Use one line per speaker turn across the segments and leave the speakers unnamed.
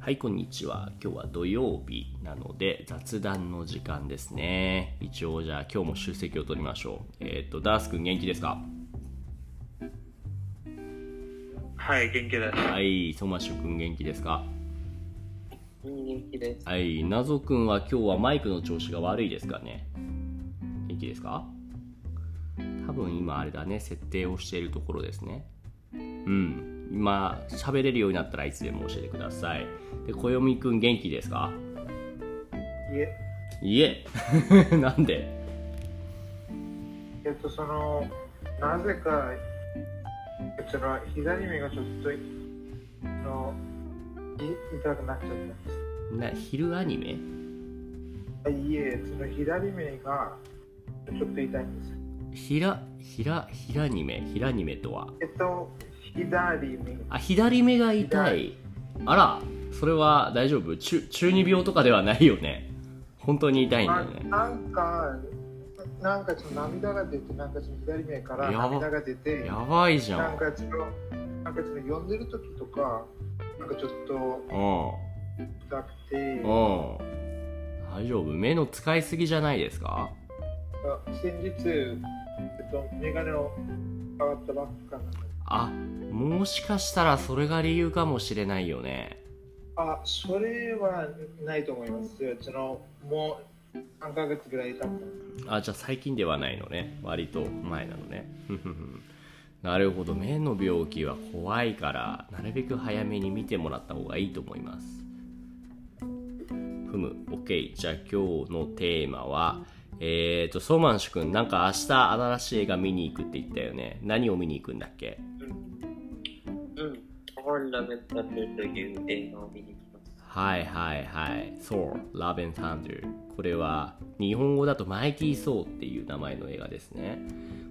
はいこんにちは今日は土曜日なので雑談の時間ですね一応じゃあ今日も出席を取りましょうえっ、とダースくん元気ですか
はい、元気です。
はいソマシュくん元気ですか
元気です。
はい謎くんは今日はマイクの調子が悪いですかね元気ですか多分今あれだね設定をしているところですねうん今喋れるようになったらいつでも教えてくださいで暦くん元気ですか
いえ、
いえ なんで
えっと、その、なぜか、えっと、その左目がちょっと、あの、い痛くなっちゃったんです。
な昼アニメ
あいえ、その左目が、ちょっと痛いんです。
ひらひらひらにめひらにめとは
えっと、左目。
あ左目が痛いあらそれは大丈夫中中二病とかではないよね本当に痛いんだ
あ
よね
なんか、なんかちょっと涙が出て、なんかちょっと左目から
やば
涙が出て、
やばいじゃ
なんんかちょっと、なんかちょっと呼んでる時とか、なんかちょっと
うん
痛くて、
うん大丈夫目の使いすぎじゃないですか
あ先日、えっと、メガネを変わったばっかなので
あもしかしたらそれが理由かもしれないよね
あそれはないと思いますうちのもう3ヶ月ぐらい経ったの
あじゃあ最近ではないのね割と前なのね ふふふなるほど目の病気は怖いからなるべく早めに見てもらった方がいいと思いますふむ OK じゃあ今日のテーマはえっ、ー、とソーマンシュ君なんか明日新しい映画見に行くって言ったよね何を見に行くんだっけ
うん。本ラメタルという映画を見に来ました。
はいはいはい、そう、ラ o ン・サンダー。これは日本語だとマイティー・ソーっていう名前の映画ですね。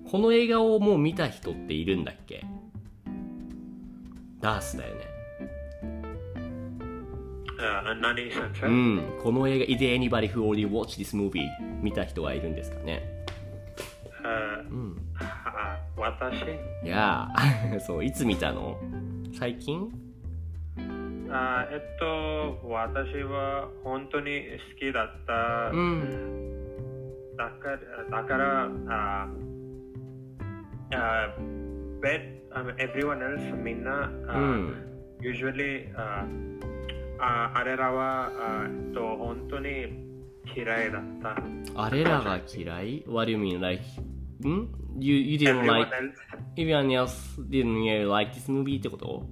この映画をもう見た人っているんだっけダースだよね。
あ何したんです
うん、この映画、Is there anybody who already watched this movie? 見た人はいるんですかね。
Uh,
うん。
私
いやー、 そう、いつ見たの最近
あえっと私は本当に好きだった
うん。
だからだからあ uh, あ bet um, everyone else みんな、
う
あ
ん。
usually uh, あああれらはあえっと本当に嫌いだった。
あれらが嫌い ?What do you mean? Like, ん you, you didn't
everyone
like
else
Everyone else didn't really like this movie ってこと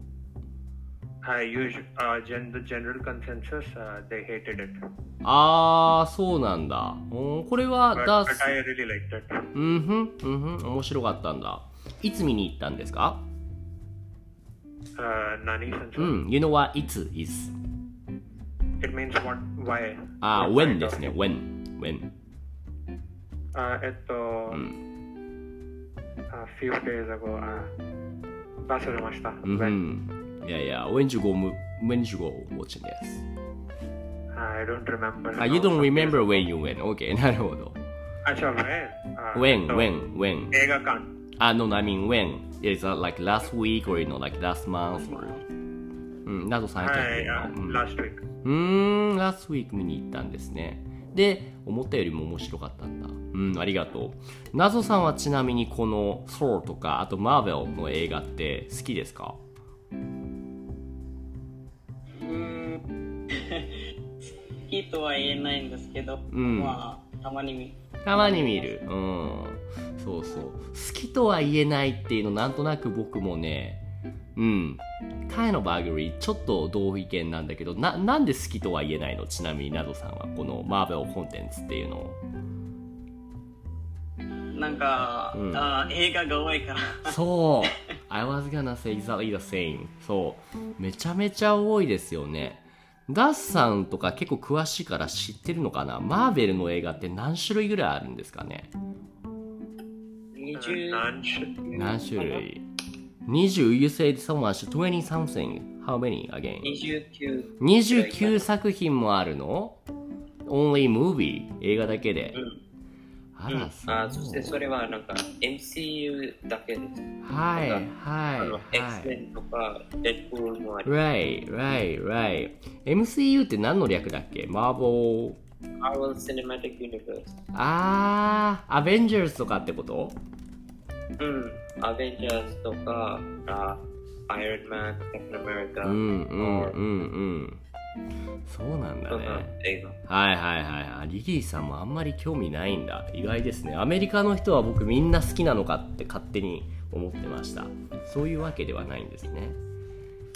はい、usually あ uh, gen the general consensus あ they hated it。
あー、そうなんだ。うんこれは
But,
ダー
but
ス。
I really liked it。
うんふん、うんふん、面白かったんだ。いつ見に行ったんですか
あ何先生、
うん、you know what, いつ is. Hmm.
It means what why。
あー、
What
when
kind
で
of-
すね、when。when。
あえっと、
ん Hmm.
あ Uh, few days ago あ忘れました。
うんふ
When
ん。いやいや、when you go, mo- when you go watching this.
uh, I don't remember.
Ah, あ、you don't remember when you went. OK, なるほど。
あ、じゃあ when あ
when,
と
when, when.
映画館。
あ、no, I mean when. Is that like last week or you know, like last month or... うん、などさんやった
はい、
ら
あ
いいなうん
uh, last week。
うーん、ラストウィーク見に行ったんですね。で、思ったよりも面白かったんだ。うん、ありがとう。ナゾさんはちなみにこのソーとか、あとマーベルの映画って好きですか
うー ん。好きとは言えないんですけど、
うん
まあ、たまに見
たまに見る。うん。そうそう。好きとは言えないっていうの、なんとなく僕もね、うん。カイのバーグリー、ちょっと同意見なんだけど、な、なんで好きとは言えないのちなみにナゾさんは、このマーベルコンテンツっていうのを。
なんか、
うん
あ映画が多いから。
そう I was gonna say exactly the same そうめちゃめちゃ多いですよねダッさんとか結構詳しいから知ってるのかなマーベルの映画って何種類ぐらいあるんですかね
Uh,
20
何種
何種類 ?20 You said someone should 20 something How many again?
29
29作品もあるの ?Only movie 映画だけで、
うん
あ
うん
ら、そう
あそしてそれはなんか MCU だけです。
はい
な
は
ん
い
あの
は
X メ
い
ンとかデッドプールもあり、
Right, right, right MCU って何の略だっけマーボー
Marvel Cinematic Universe、
あーアベンジャーズとかってこと
うん、アベンジャーズとか、あアイロンマン、キャプテンアメリカ、
うんうん
あ
うんうんそうなんだ
そんな
ね
映画。
はいはいはいはいリリーさんもあんまり興味ないんだ意外ですねアメリカの人は僕みんな好きなのかって勝手に思ってましたそういうわけではないんですね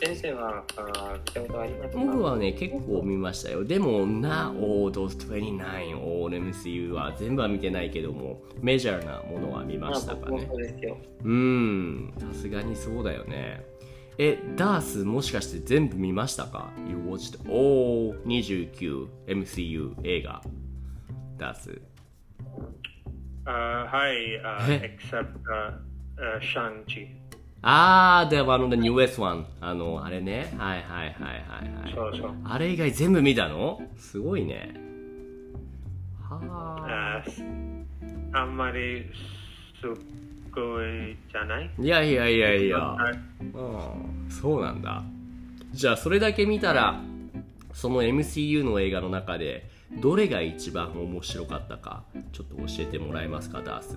先生はあ見たことありますか
僕はね結構見ましたよでもな All Those 29 All MCU は全部は見てないけどもメジャーなものは見
ま
ま
あ
したか
僕も
ね
そうですよ。
うんさすがにそうだよねえダースもしかして全部見ましたか ?You watched all 29 MCU 映画ダース
Uh, hi, uh,
Eh.
except uh, uh, Shang-Chi.
あー、でもあの、The Newest One。あの、あれね。はいはいはいはい、はい。
そうそう。
あれ以外全部見たのすごいね。は
Uh, あんまりすっごいじゃない
ー。いやいやいやい
い
や。うん、そうなんだ。じゃあ、それだけ見たら、その MCU の映画の中で、どれが一番面白かったか、ちょっと教えてもらえますか、ダース。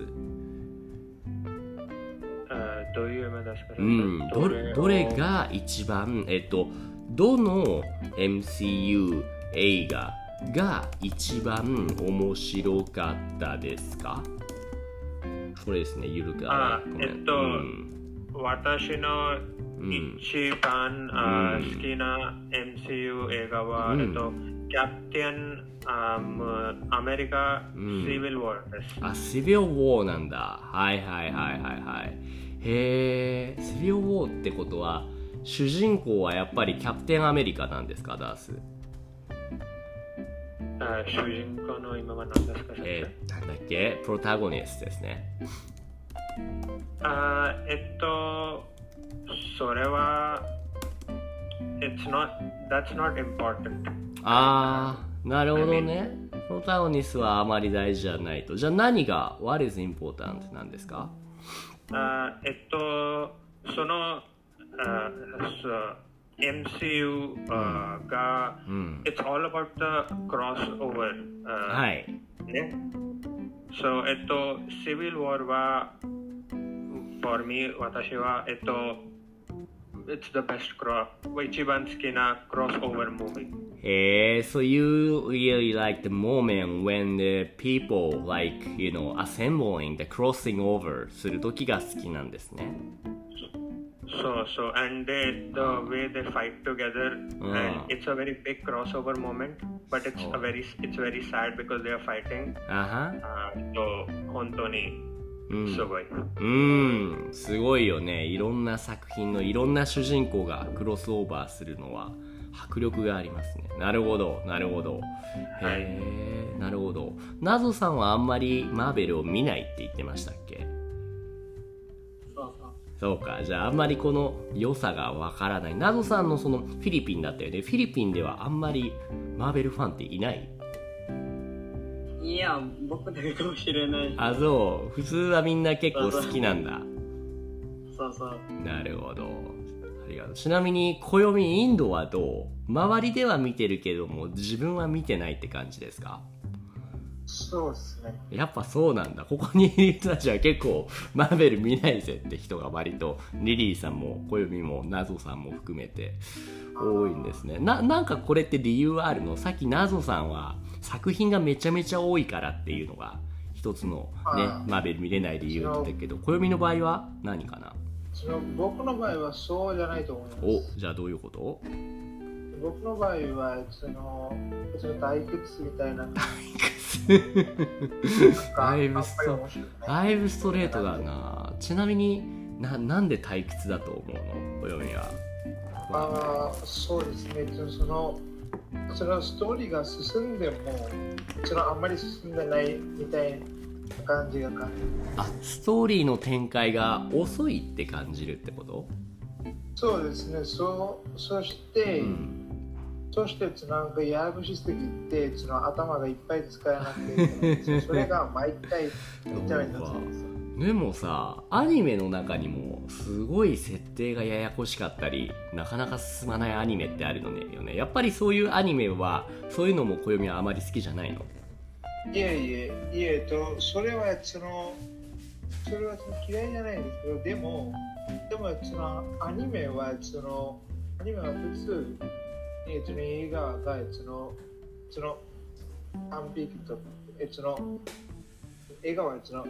どういう夢ですか
うん、どれどれが一番、えっと、どの MCU 映画が一番面白かったですかこれですね、ゆるく
あ
ごめん
えっと
うん
私の
うん
一番、あ
うん
ー好きな MCU 映画は、
うん
えっと、キャプテンあーアメリカ、
うん
シビル・ウォーです。
あ、シビオウォーなんだ。はいはいはいはいはい。へえ、シビオウォーってことは、主人公はやっぱりキャプテンアメリカなんですか、ダース。
あー主人公の今は何ですか先
え
生
ー、なんだっけプロタゴニストですね。
あーえっと、それは、It's not, that's not important.
ああなるほどねプロタゴニスはあまり大事じゃないとじゃあ何が What is important なんですか
あーえっと、その、あーそう MCU あーが、
うん、
eh, It's all about the crossover.
は
Uh,
い
ね So, えっと、Civil War は、for me, 私は、えっと、It's the best cross, 一番好きな crossover movie.
へえ so you really like the moment when the people like you know assembling the crossing over する時が好きなんですね
So, so, and they, the way they fight together,
Ah.
and it's a very big crossover moment, but it's
So-
a very, it's very sad because they are fighting. uh,
あは
あーと、本当に
うん
すごい。
うんすごいよねいろんな作品のいろんな主人公がクロスオーバーするのは迫力がありますねなるほどなるほど
はい
へえなるほどナゾさんはあんまりマーベルを見ないって言ってましたっけそうかじゃああんまりこの良さがわからないナゾさんのそのフィリピンだったよねフィリピンではあんまりマーベルファンっていない
いや、僕だけかもしれない。
あそう普通はみんな結構好きなんだ
そうそう。
なるほど。ありがとう。ちなみに、暦インドはどう周りでは見てるけども、自分は見てないって感じですか
そうっすね。
やっぱそうなんだ。ここにいる人たちは結構、マーベル見ないぜって人が割と、リリーさんも、暦も、謎さんも含めて、多いんですね。な、なんかこれって理由はあるのさっき謎さんは、作品がめちゃめちゃ多いからっていうのが、一つのね
あ、
マーベル見れない理由って言ったけど、暦の場合は何かな
その僕の場合はそうじゃないと思います。
お、じゃあどういうこと
僕の場合はそのその対決みたいななんか
だい
あん
ぶ
まり
スト
面白くない
だいぶストレートだなちなみにななんで退屈だと思うのお読みは
あーそうですね。そのそのそのストーリーが進んでもそのあんまり進んでないみたいな感じが感じる。
あストーリーの展開が遅いって感じるってこと
そうですね。そうそして、
うん
そしてつなんかややこしすぎてその頭がいっぱい使えなくていけないんですよそれが毎回痛めになってるんですよ
でもさアニメの中にもすごい設定がややこしかったりなかなか進まないアニメってあるのねよねやっぱりそういうアニメはそういうのも暦はあまり好きじゃないの
いえいえいえとそれはそのそれはその嫌いじゃないんですけどでもでもそのアニメはそのアニメは普通えっとね映画がそのそのアンピークとえその映画はその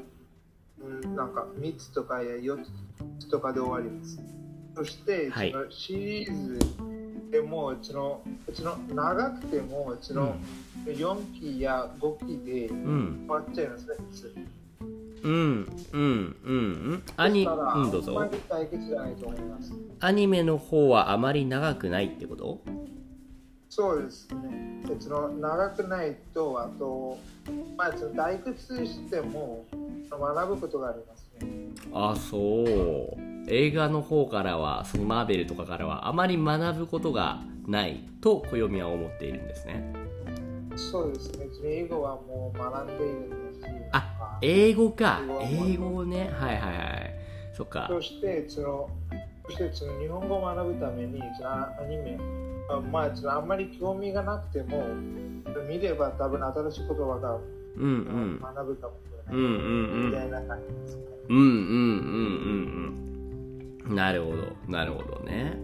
うんなんか3つとかや4つとかで終わりますそして、
はい
そのシリーズでもそのその長くてもその、4期や5期で終
うん
わっちゃいますね、普通。
うんうんうんうんアニ
だから
うんどう
あんま
ぞ
り対決じゃないと思います。
アニメの方はあまり長くないってこと
そうですね。別の長くないと、あと、まあ、その退屈しても学ぶことがありますね。
あそう映画の方からはそのマーベルとかからはあまり学ぶことがないと暦は思っているんですね
そうですね。別に英語はもう学んでいるんですし。
あ英語か
英語は
英語ねはいはいはいそっか
そして、その、そしてその日本語を学ぶために、そのアニメ、あまあ、そのあんまり興味がなくても、見れば多分新しい言葉が
うんうん
学ぶかもし
うん
れ
うん
ない。み
う
た
ん
いな感じですね。
うんうんうんうんうんなるほどなるほどね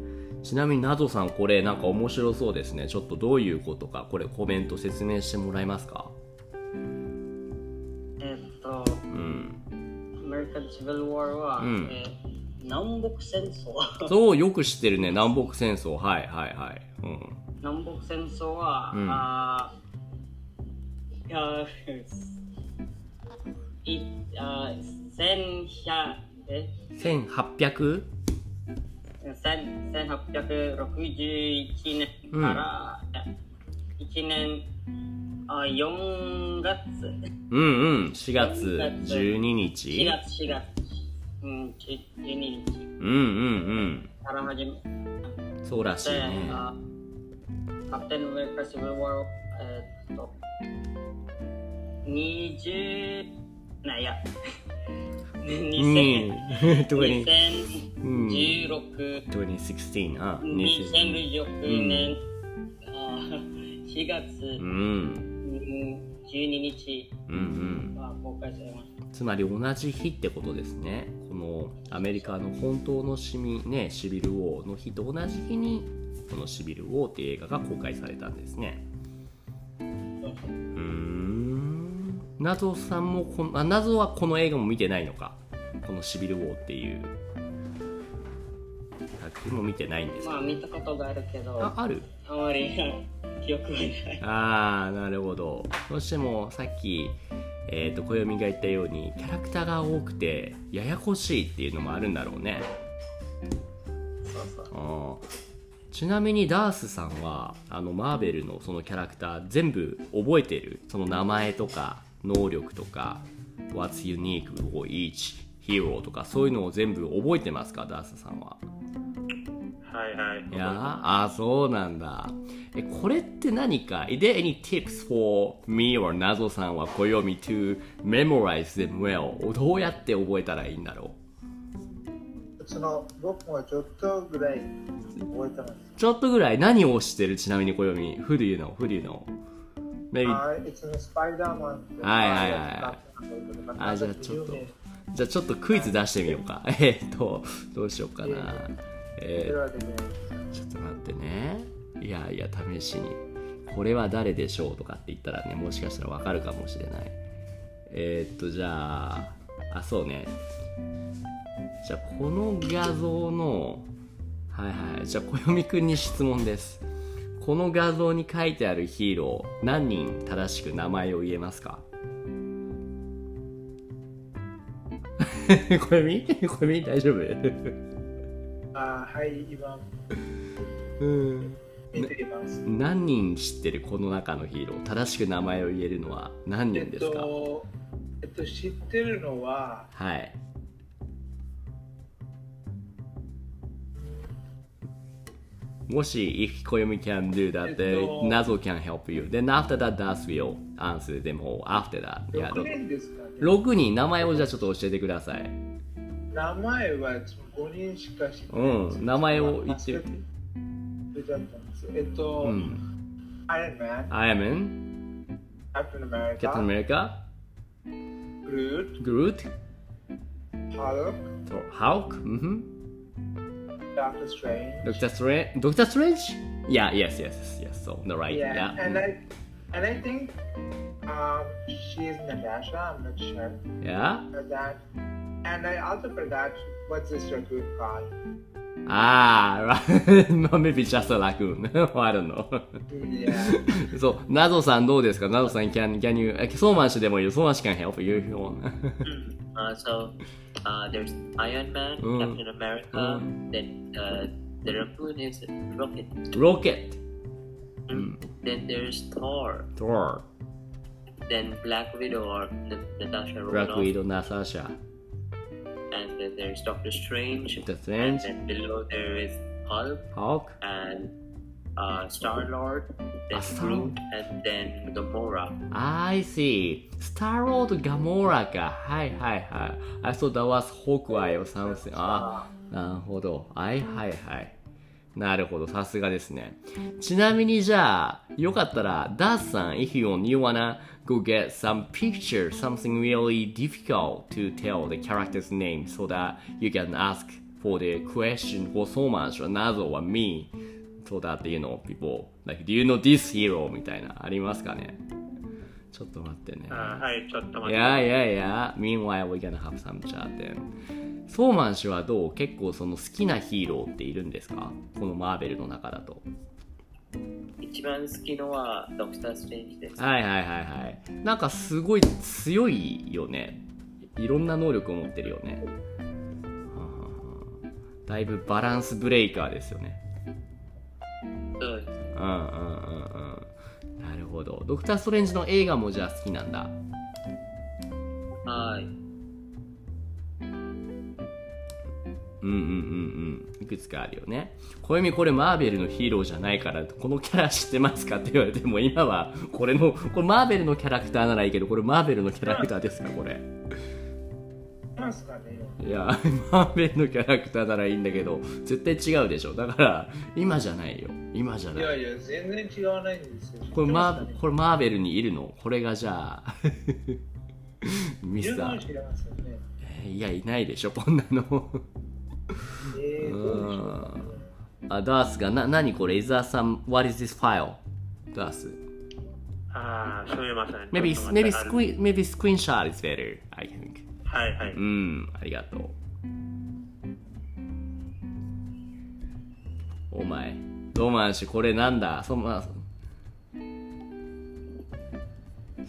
ちなみになぞさんこれなんか面白そうですねちょっとどういうことかこれコメント説明してもらえますか
えっと、
うん、
American Civil War は、
うん
えー南北戦争。
そうよく知ってるね南北戦争はいはいはいうん
南北戦争は、
うん
あーいや いあー1100え
1800?
千1861年から、1年あ4月
うんうん4月12日
4月4月、うん、12日
うんうん
から始めて、
うんそうらしいね
あカプテン・アメリカ・シブル・ワーえーっと20なんや 2000
うん20
2016
2016あ2016
2016年、あー4月
うん
うん12日
うんうん
は公開されまし
つまり同じ日ってことですねこのアメリカの本当の市民ねシビル王の日と同じ日にこの「シビル王」っていう映画が公開されたんですねうーん謎さんもこのあ謎はこの映画も見てないのかこの「シビル王」っていう作品も見てないんです
たま
か
あ見たことがあるけど
あ
あ
ある
まり記憶がない
ああなるほどどうしてもさっきえっ、と暦が言ったようにキャラクターが多くてややこしいっていうのもあるんだろうね
そうそう
あーちなみにダースさんはあのマーベルのそのキャラクター全部覚えてるその名前とか能力とか「What's Unique for Each Hero」とかそういうのを全部覚えてますかダースさんは
はいはい。
いやーあーそうなんだえこれって何か Is there any tips for me or 謎さんは暦 to memorize them well どうやって覚えたらいいんだろう
その僕もちょっとぐらい覚えてます。
ちょっとぐらい何をしてるちなみに暦 Who do you know? Who do you know? Maybe
あー、いつもスパイダーマンって
はいはいはいあじゃあちょっとじゃあちょっとクイズ出してみようかえっとどうしようかなえーちょっと待ってねいやいや試しにこれは誰でしょうとかって言ったらねもしかしたらわかるかもしれないえーっとじゃああそうねじゃあこの画像のはいはいじゃあ暦くんに質問ですこの画像に書いてあるヒーロー何人正しく名前を言えますか 暦暦大丈夫
あーはい、今
うん
見ています。
何人知ってるこの中のヒーロー正しく名前を言えるのは何
え
人
っ
ですか、
と、えっと、知ってるのは、
はいもし、if Koyomi can do that,
え
then
っと
Nazo can help you. Then after that, Das will answer them all. After that. いやど
6
うぞ
人ですかね
6人、名前をじゃあちょっと教えてください。
名前は5人しかしない
うん名前を言ってみて
忘れちゃったんですよえっと、
うん。
アイアンマン、
I am in
アップルマリ
Captain
カ、
America,
グル
Groot,
ート、ハロッ
Thor- Hulk, mhm.
ク、ダーク・ストレイ
Doctor Strange.
ン。
Doctor Strange? Yeah, yes, yes, yes, yes. So, the right. Yeah.
Yeah, and I and I think um, she is Natasha. I'm not sure
Yeah.
for that. And I also forgot what's this raccoon called?
Ah, right. maybe just a raccoon. I don't know.
Yeah.
そう、ナゾさんどうですかナゾさん、can, can you, えソーマン氏でもいいよ。ソーマン氏 can help you if you want.
Uh, so uh, there's Iron Man,
Mm.
Captain America,
Mm.
then uh, the Raccoon is Rocket,
Rocket,
then there's Thor,
Thor,
then Black Widow or N- Natasha
Black
Romanoff,
Widow, Natasha,
and then there's Doctor Strange,
Doctor
and
Strange,
then below there is Hulk
Hulk,
and uh, Star Lord, then
Star-
Groot, and then Gamora.
I see. Star Lord Gamora か。はいはいはい。I thought that was Hawkeye or something. あ、なるほど。はいはいはい。なるほど。さすがですね。ちなみにじゃあ、よかったら、ダースさん、if you want, you wanna go get some picture, something really difficult to tell the character's name so that you can ask for the question for so much or another or me. So that you know people, like, do you know this hero? みたいな、ありますかねちょっと待ってね。
あはい、ちょっと
い
待って。
やいやいや、meanwhile we gonna have some chat then. ソーマン氏はどう結構その好きなヒーローっているんですかこのマーベルの中だと。
一番好きのはドクター・ストレンジです。
はいはいはいはい。なんかすごい強いよね。いろんな能力を持ってるよね。はあはあはあだいぶバランスブレイカーですよね。
そうです
うんうんうんうん。なるほど。ドクター・ストレンジの映画もじゃあ好きなんだ。
はい。
うんうんうんうんいくつかあるよね小読みこれマーベルのヒーローじゃないからこのキャラ知ってますかって言われても今はこれのこれマーベルのキャラクターならいいけどこれマーベルのキャラクターですかこれ
なんすかね。
いやマーベルのキャラクターならいいんだけど絶対違うでしょだから今じゃないよ今じゃ
い
な
や
い
いや全然違わないんですよ。
これマ
知って
ーこれマーベルにいるのこれがじゃあ ミスタ
ま
ー
すかね。十分知らますよね。
いやいないでしょこんなの Uh,
えー、どうでしょう。
あダースがな何これ伊沢さん What is this file? ダース
あーすみません。
Maybe
ちょっと待って
maybe
あの
screen maybe screenshot is better. I think.
はいはい。
うん、ありがとう。お前、ロマン氏これなんだ？そんな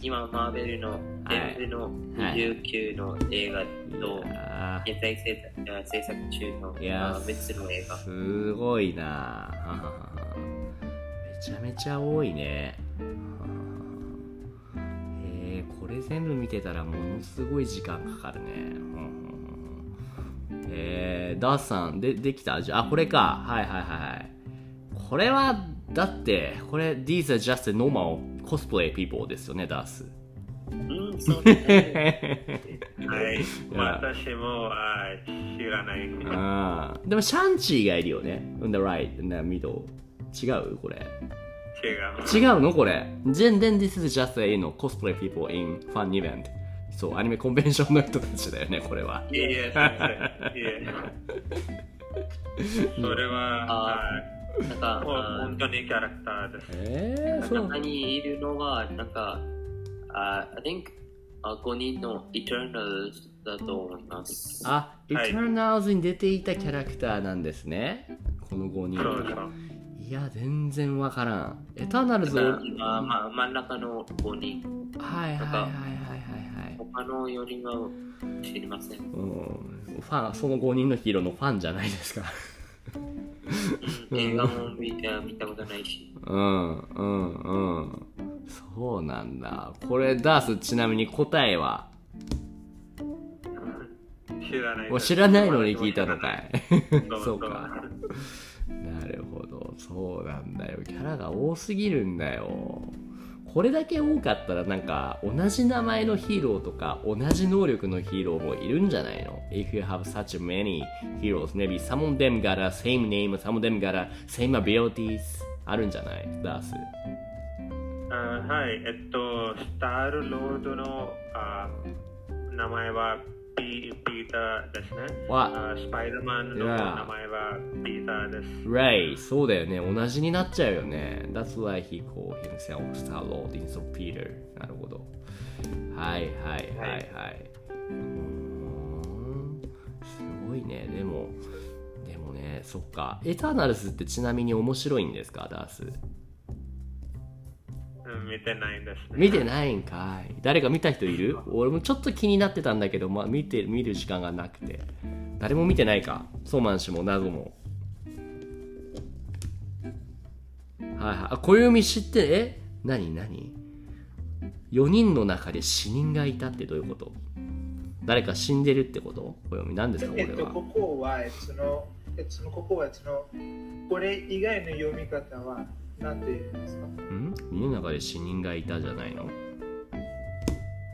今、マーベルの
はい
全部の29の映画と、
あ
現在制作あ制作中の
ーいや
あ
ー
3つの映画。
すごいな。ははははめちゃめちゃ多いね。はははえー、これ全部見てたらものすごい時間かかるね。うんうんうんえー、ダースさんでできたじゃあこれかはいはいはいはいこれはだってこれ These are just the normal cosplay people ですよねダー ス
うん、 そうですね。
はい、
や
私もあー知らない。
Uh. あーでもシャンチーがいるよね On the right in the middle 違うこれ
違う。
違うのこれ Then, then this is just a you know, cosplay people in fun event そうアニメコンベンションの人たちだよねこれはい
えいえ、先生。いえ。それは、
あ
Uh,
はい
なんか、
もう
あ
本当にキャラクターです。
えー、そう
中にいるのは、なんか、あ I think あ5人の Eternals だと思います。
あ、
は
Eternals
い
に出ていたキャラクターなんですねこの5人
そう
はいういや全然わからんエターナルズ
な
は
んかあま、真ん中の5人、
いはいはいはいはいはい
他の4人は知りません。
うんファンその5人のヒーローのファンじゃないですか
うん映画も見た見たことないし。
うんうんうんそうなんだこれダースちなみに答えは
知らないです。
もう知らないのに聞いたのかい
どうぞ。
そうかなるほどそうなんだよキャラが多すぎるんだよこれだけ多かったらなんか同じ名前のヒーローとか同じ能力のヒーローもいるんじゃないの ?If you have such many heroes, maybe some of them got a same name, some of them got a same abilities あるんじゃないダース。
あはい、えっと、スタールロードのあ名前はピピーターですね。
わ、
あスパイダーマンの
Yeah.
名前はピーターです。
Ray そうだよね。同じになっちゃうよね。That's why he called himself Star-Lord instead of Peter. なるほど。はいはいはいはい。すごいね。でも、でもね、そっか。エターナルスってちなみに面白いんですか、ダース。
うん見てないですね。
見てないんかい。誰か見た人いる俺もちょっと気になってたんだけど、まあ、見て、見る時間がなくて。誰も見てないか。ソーマン氏も謎も。はいはい。あ、暦知って、え何何 ?4 人の中で死人がいたってどういうこと誰か死んでるってこと暦何ですかこ
え
れ
っと、
は。
ここは、えっとの、えっとの、ここは、えっとの、これ以外の読み方は何て言うんですか
ん ?4 人の中で死人がいたじゃないの
い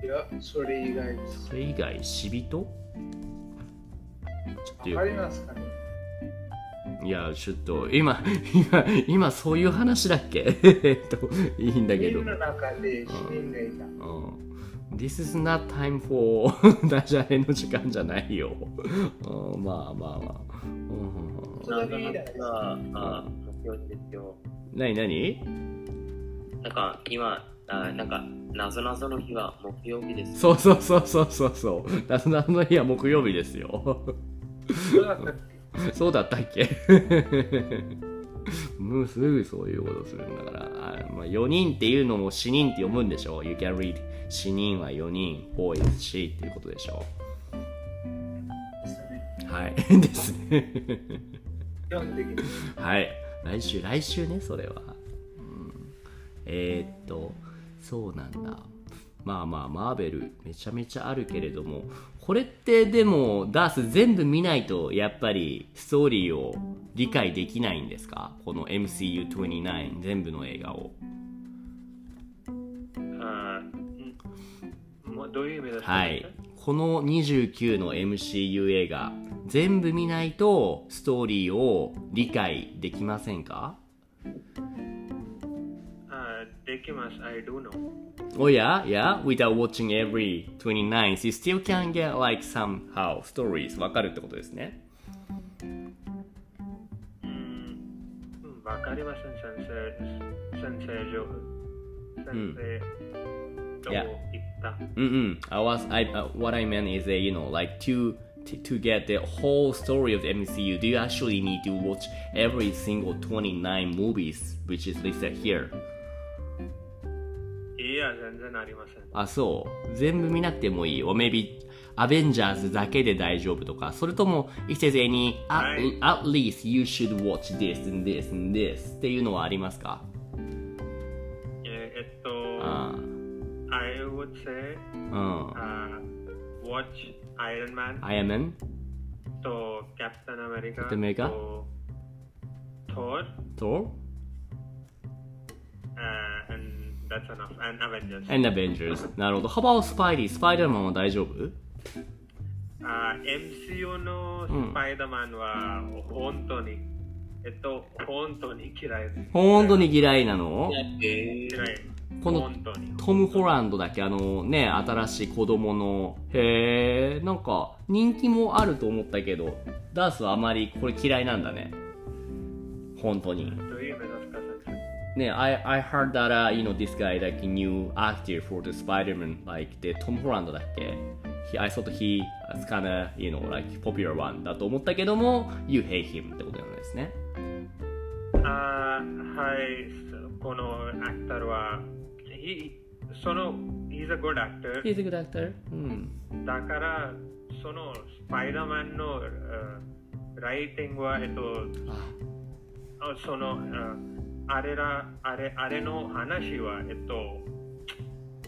や、それ以外です。
それ以外、死人ちょっとよ
わか
く
りますかね
いや、ちょっと、今、今、今、そういう話だっけ えっと、いいんだけ
4
ど。
人
う
の中で死人がいた。
ん。This is not time for ダジャレの時間じゃないよ。うん、まあまあまあ。うん
それだけいいじゃないですか。
あ目標ですよ。
なになに
なんか今、あなんか、なぞなぞの日は木曜日です。
そうそうそうそうそうそう。なぞなぞの日は木曜日ですよ。
どうだったっけ
そうだったっけ もうすぐそういうことするんだから。あまあ、4人っていうのも死人って読むんでしょ ?You can read 死人は4人、boy is she っていうことでしょ
ですよね
はい。ですね。
読んできて。
はい。来週、来週ね、それは。えーっと、そうなんだ。まあまあ、マーベル、めちゃめちゃあるけれども、これってでも、ダース全部見ないと、やっぱり、ストーリーを理解できないんですかこの MCU29、全部の映画を。
あんもうどういう意味ですか、
はい。この29の MCU 映画、全部見ないと、ストーリーを理解できませんか
あできます。I do know.
Oh yeah, yeah. Without watching every 29, you still can get like somehow stories. わかるってことですね。
うんうんわかりません、先生。先生、上手
ん
先生、どう
いや
言った
うんうん。I was, I, uh, what I meant is that, you know, like to, to, to get the whole story of the MCU, do you actually need to watch every single 29 movies, which is listed here?
いや、全然ありません。
あ、そう。全部見なくてもいい。or maybe アベンジャーズだけで大丈夫とか、それとも、if there's any, at,
はい
at least you should watch this and this and this っていうのはありますか
ええっと、
ああ。
I would say、
うん。
uh, watch Iron Man
アイアンマン、
と Captain America
Captain America
と Thor、
ト
uh, and that's enough and Avengers
ー、and Avengers。なるほど。How about スパイディスパイダーマンは大丈夫
Uh, MCU の
うん
スパイダーマンは本当に、えっと本当に嫌いです
本当に嫌いなの
え
嫌い
この
本当に
トム・ホランドだけあのね、新しい子供の、へえ、なんか人気もあると思ったけど、ダースはあまりこれ嫌いなんだね。本当に。
どういう目指すか先
ね、I, I heard that, uh, you know, this guy, like, a new actor for the Spider-Man, like, the Tom Holland だっけ he, I thought he was kinda, you know, like, popular one だと思ったけども、you hate him ってことなんですね。
生あーはいそこのアクターは he その he's a good actor
He's a good actor. うん。
だからそのスパイダーマンの、uh, ライティングはえっと
あ、
あその、ああれら、あれ、あれの話は、えっと、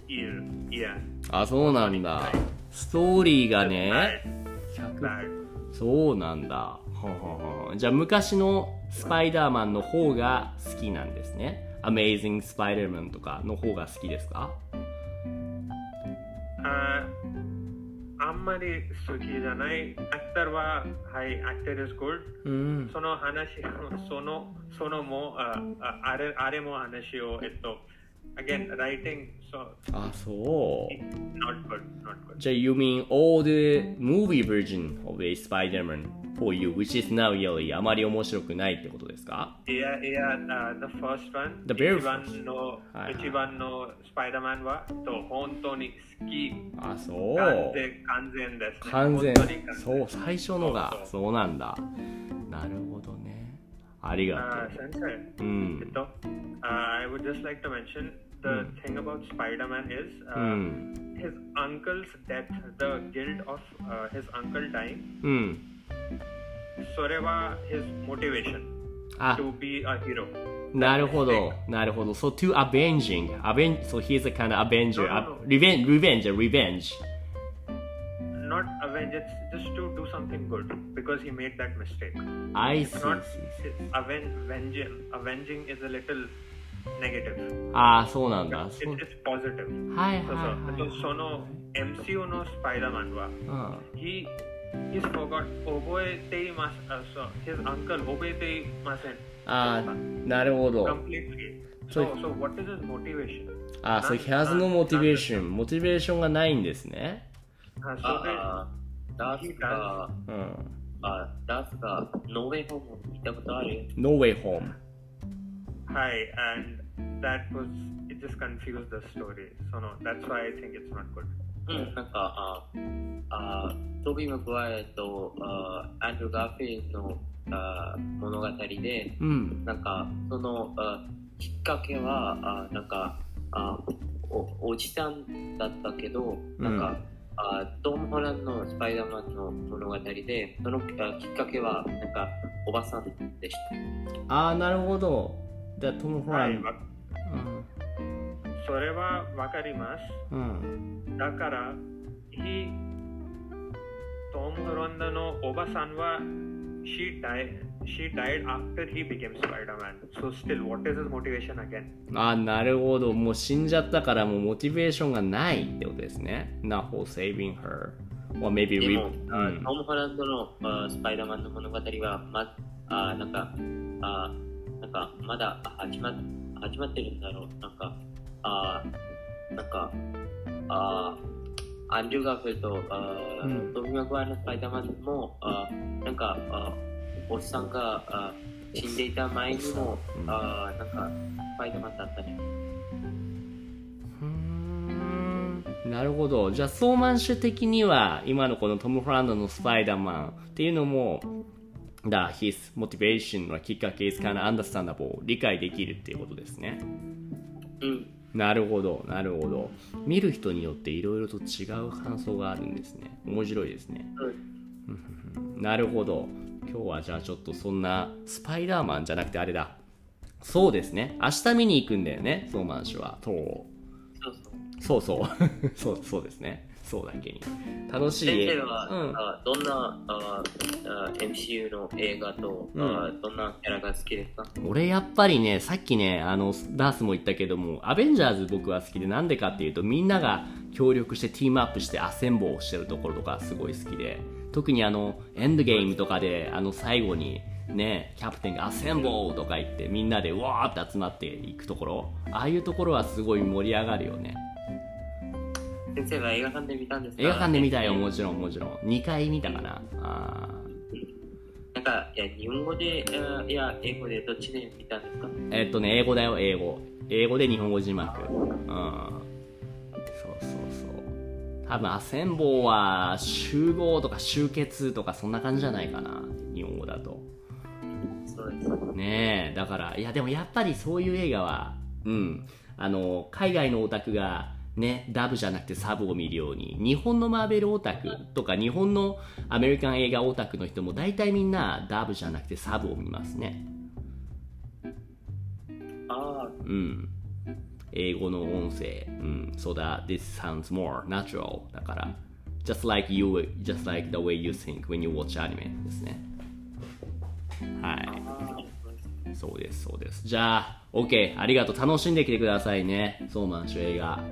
いる、いや、
あそうなんだ。ストーリーがね、
はい、
100そうなんだ。ほうほうほうほうじゃあ昔のスパイダーマンの方が好きなんですね。Amazing Spider-Man とかの方が好きですか
ああんまり好きじゃない。アクターは、はい、アクター is good。
うん。
その話、その、そのも、あああれあれも話を、えっと、again, writing, so,
あ、そう。
not good, not good.
So you mean all the movie version of a Spider-Man for you, which is now really あまり面白くないってことですか
Yeah, yeah, uh, the first one.
The very
一番
first.
の
はいはい
一番のスパイダーマンは、えっと、本当に好き。
あ、そう。
完全、完全です、ね。
Oh. 完全
本当に完全
そう、最初のが
そう
そうなんだ。なるほどね。ありが
あー先生。
とう。うん。
So, uh, I would just like to mention the
Hmm.
thing about Spider-Man is uh,
うん。
his uncle's death, the guilt of uh, his uncle dying.
うん。
Soreva, his motivation
あ、
to be a hero.
なるほど。なるほど。So to avenging. Aven so he's a kind of avenger.
No, no, no.
A- Revenge, revenge, a revenge.
Not avenge, it's just to do something good because he made that mistake.
I see.
Not
see, see.
aven- avenging. Avenging is a little negative.
ああ、そうなんだ。そう
It, it's positive.
はいはい
So,
はい
so,
はい。
so no MCU no Spider-Man wa.
うん。
he he's forgot obeytei mas uh, so his uncle obeytei masen
ああ、なるほど。
completely so,
So-
so what is his motivation
ああ、so he has
なん
no
なん
motivation. モチベーションがないんですね。
uh, so they-
Ah, that's uh,
うん。
uh, that's uh, no way home. 見たことある
No way home.
hi and that was it just confused the story so no that's why i think it's not good
うん、なんか、ああトビー・マグワイアとあアンドリュー・ガーフィールドのあ物語で、
うん。
なんか、その、あきっかけは、あなんかあお、おじさんだったけど、なん
うん
か、あトム・ホランドのスパイダーマンの物語で、そのあきっかけは、なんか、おばさんでし
ああ、なるほど。じゃあ、トム・ホラ
hi
ン。
wa- それはわかります
うん。うん。
だから he トム・ロンダのおばさんは she died she died after he became Spider-Man so still what is his motivation again
ああ、なるほど。もう死んじゃったから、もうモチベーションがないってことですね。Not for saving her. Or maybe
た。で
we...
も、
う
あ
ん
トム・ホランドのあスパイダーマンの物語は、ま、あなんか、あなんか、まだ始ま始まってるんだろう。なんか、あなんか、あアンドリュー・ガーフィールド、あ
うん
ドミノ・グワイアのスパイダーマンも、あなんかあ、おっさんがあ死んでいた前にも、
うん
あなんか、スパイダーマンだったね。
うーんなるほどじゃあソーマン種的には今のこのトム・フランドのスパイダーマンっていうのもだ his motivation のきっかけ is kind of understandable 理解できるっていうことですね
うん。
なるほどなるほど見る人によっていろいろと違う感想があるんですね面白いですね
はい
なるほど今日はじゃあちょっとそんなスパイダーマンじゃなくてあれだそうですね明日見に行くんだよねソーマン種はと
そ
そう
うそう。
そうそう そうですねそうだけに楽しい
先
映
生は、
画うん、
あどんなああ MCU の映画と、
うん
あどんなキャラが好きですか
俺やっぱりねさっきねあのダースも言ったけどもアベンジャーズ僕は好きでなんでかっていうとみんなが協力してティームアップしてアセンボーをしてるところとかすごい好きで特にあのエンドゲームとかであの最後にねキャプテンがアセンボーとか言ってみんなでわーって集まっていくところああいうところはすごい盛り上がるよね
先生は映画館で見たんですか
映画館で見たよ
え
もちろんもちろん2回見たかなあー
なんか、いや、日本語で、あいや、英語でどっちで見たんですか
えっとね、英語だよ、英語。英語で日本語字幕。うん。そうそうそう。多分、アセンボーは集合とか集結とかそんな感じじゃないかな。日本語だと。
そうです。う
ねえ、だから、いやでもやっぱりそういう映画は、うん。あの、海外のオタクが、ね、ダブじゃなくてサブを見るように日本のマーベルオタクとか日本のアメリカン映画オタクの人も大体みんなダブじゃなくてサブを見ますね。
あ
うん。英語の音声。うん。So that this sounds more natural. だから、just like you, just like the way you think when you watch anime ですね。
あ、
はいそうですそうですじゃあ OK ありがとう楽しんできてくださいねソーマン主映画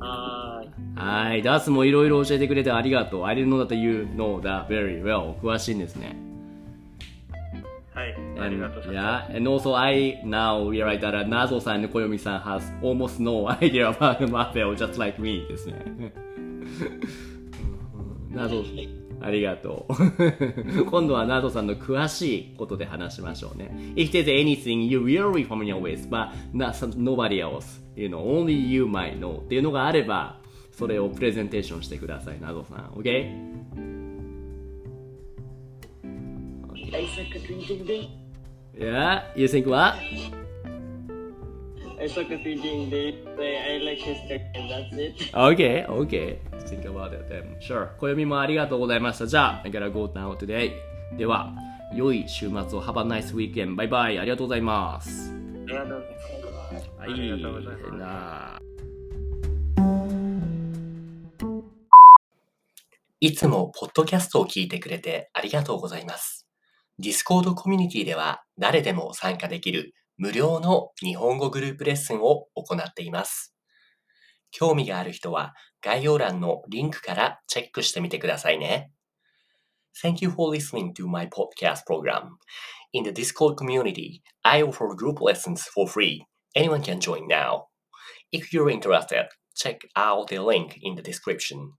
はーい。
はいダースもいろいろ教えてくれてありがとう I didn't know that you know that very well 詳しいんですね
はい、あり
And,
がとうございま
yeah, and also I now realize that Nazo さんの小みさん has almost no idea about Marvel just like me ですね。Nazo ありがとう。 今度は Nazo さんの詳しいことで話しましょうね。If there's anything you really familiar with, but not, some- nobody else, you know, only you might know っていうのがあれば、それをプレゼンテーションしてください、Nazo さん。OK?
対策ついてんで
Yeah? You think what?
I suck at reading they say I like history and that's it.
Okay, okay. Think about it then. Sure. 暦もありがとうございました。じゃあ、I'm gonna go now today. では、良い週末を Have a nice weekend. Bye bye. ありがとうございます。
す。ありがとうございます。
は
ありがとうございます
なあ
いつもポッドキャストを聞いてくれてありがとうございます。Discord コミュニティでは誰でも参加できる無料の日本語グループレッスンを行っています。興味がある人は概要欄のリンクからチェックしてみてくださいね。Thank you for listening to my podcast program. In the Discord community, I offer group lessons for free. Anyone can join now. If you're interested, check out the link in the description.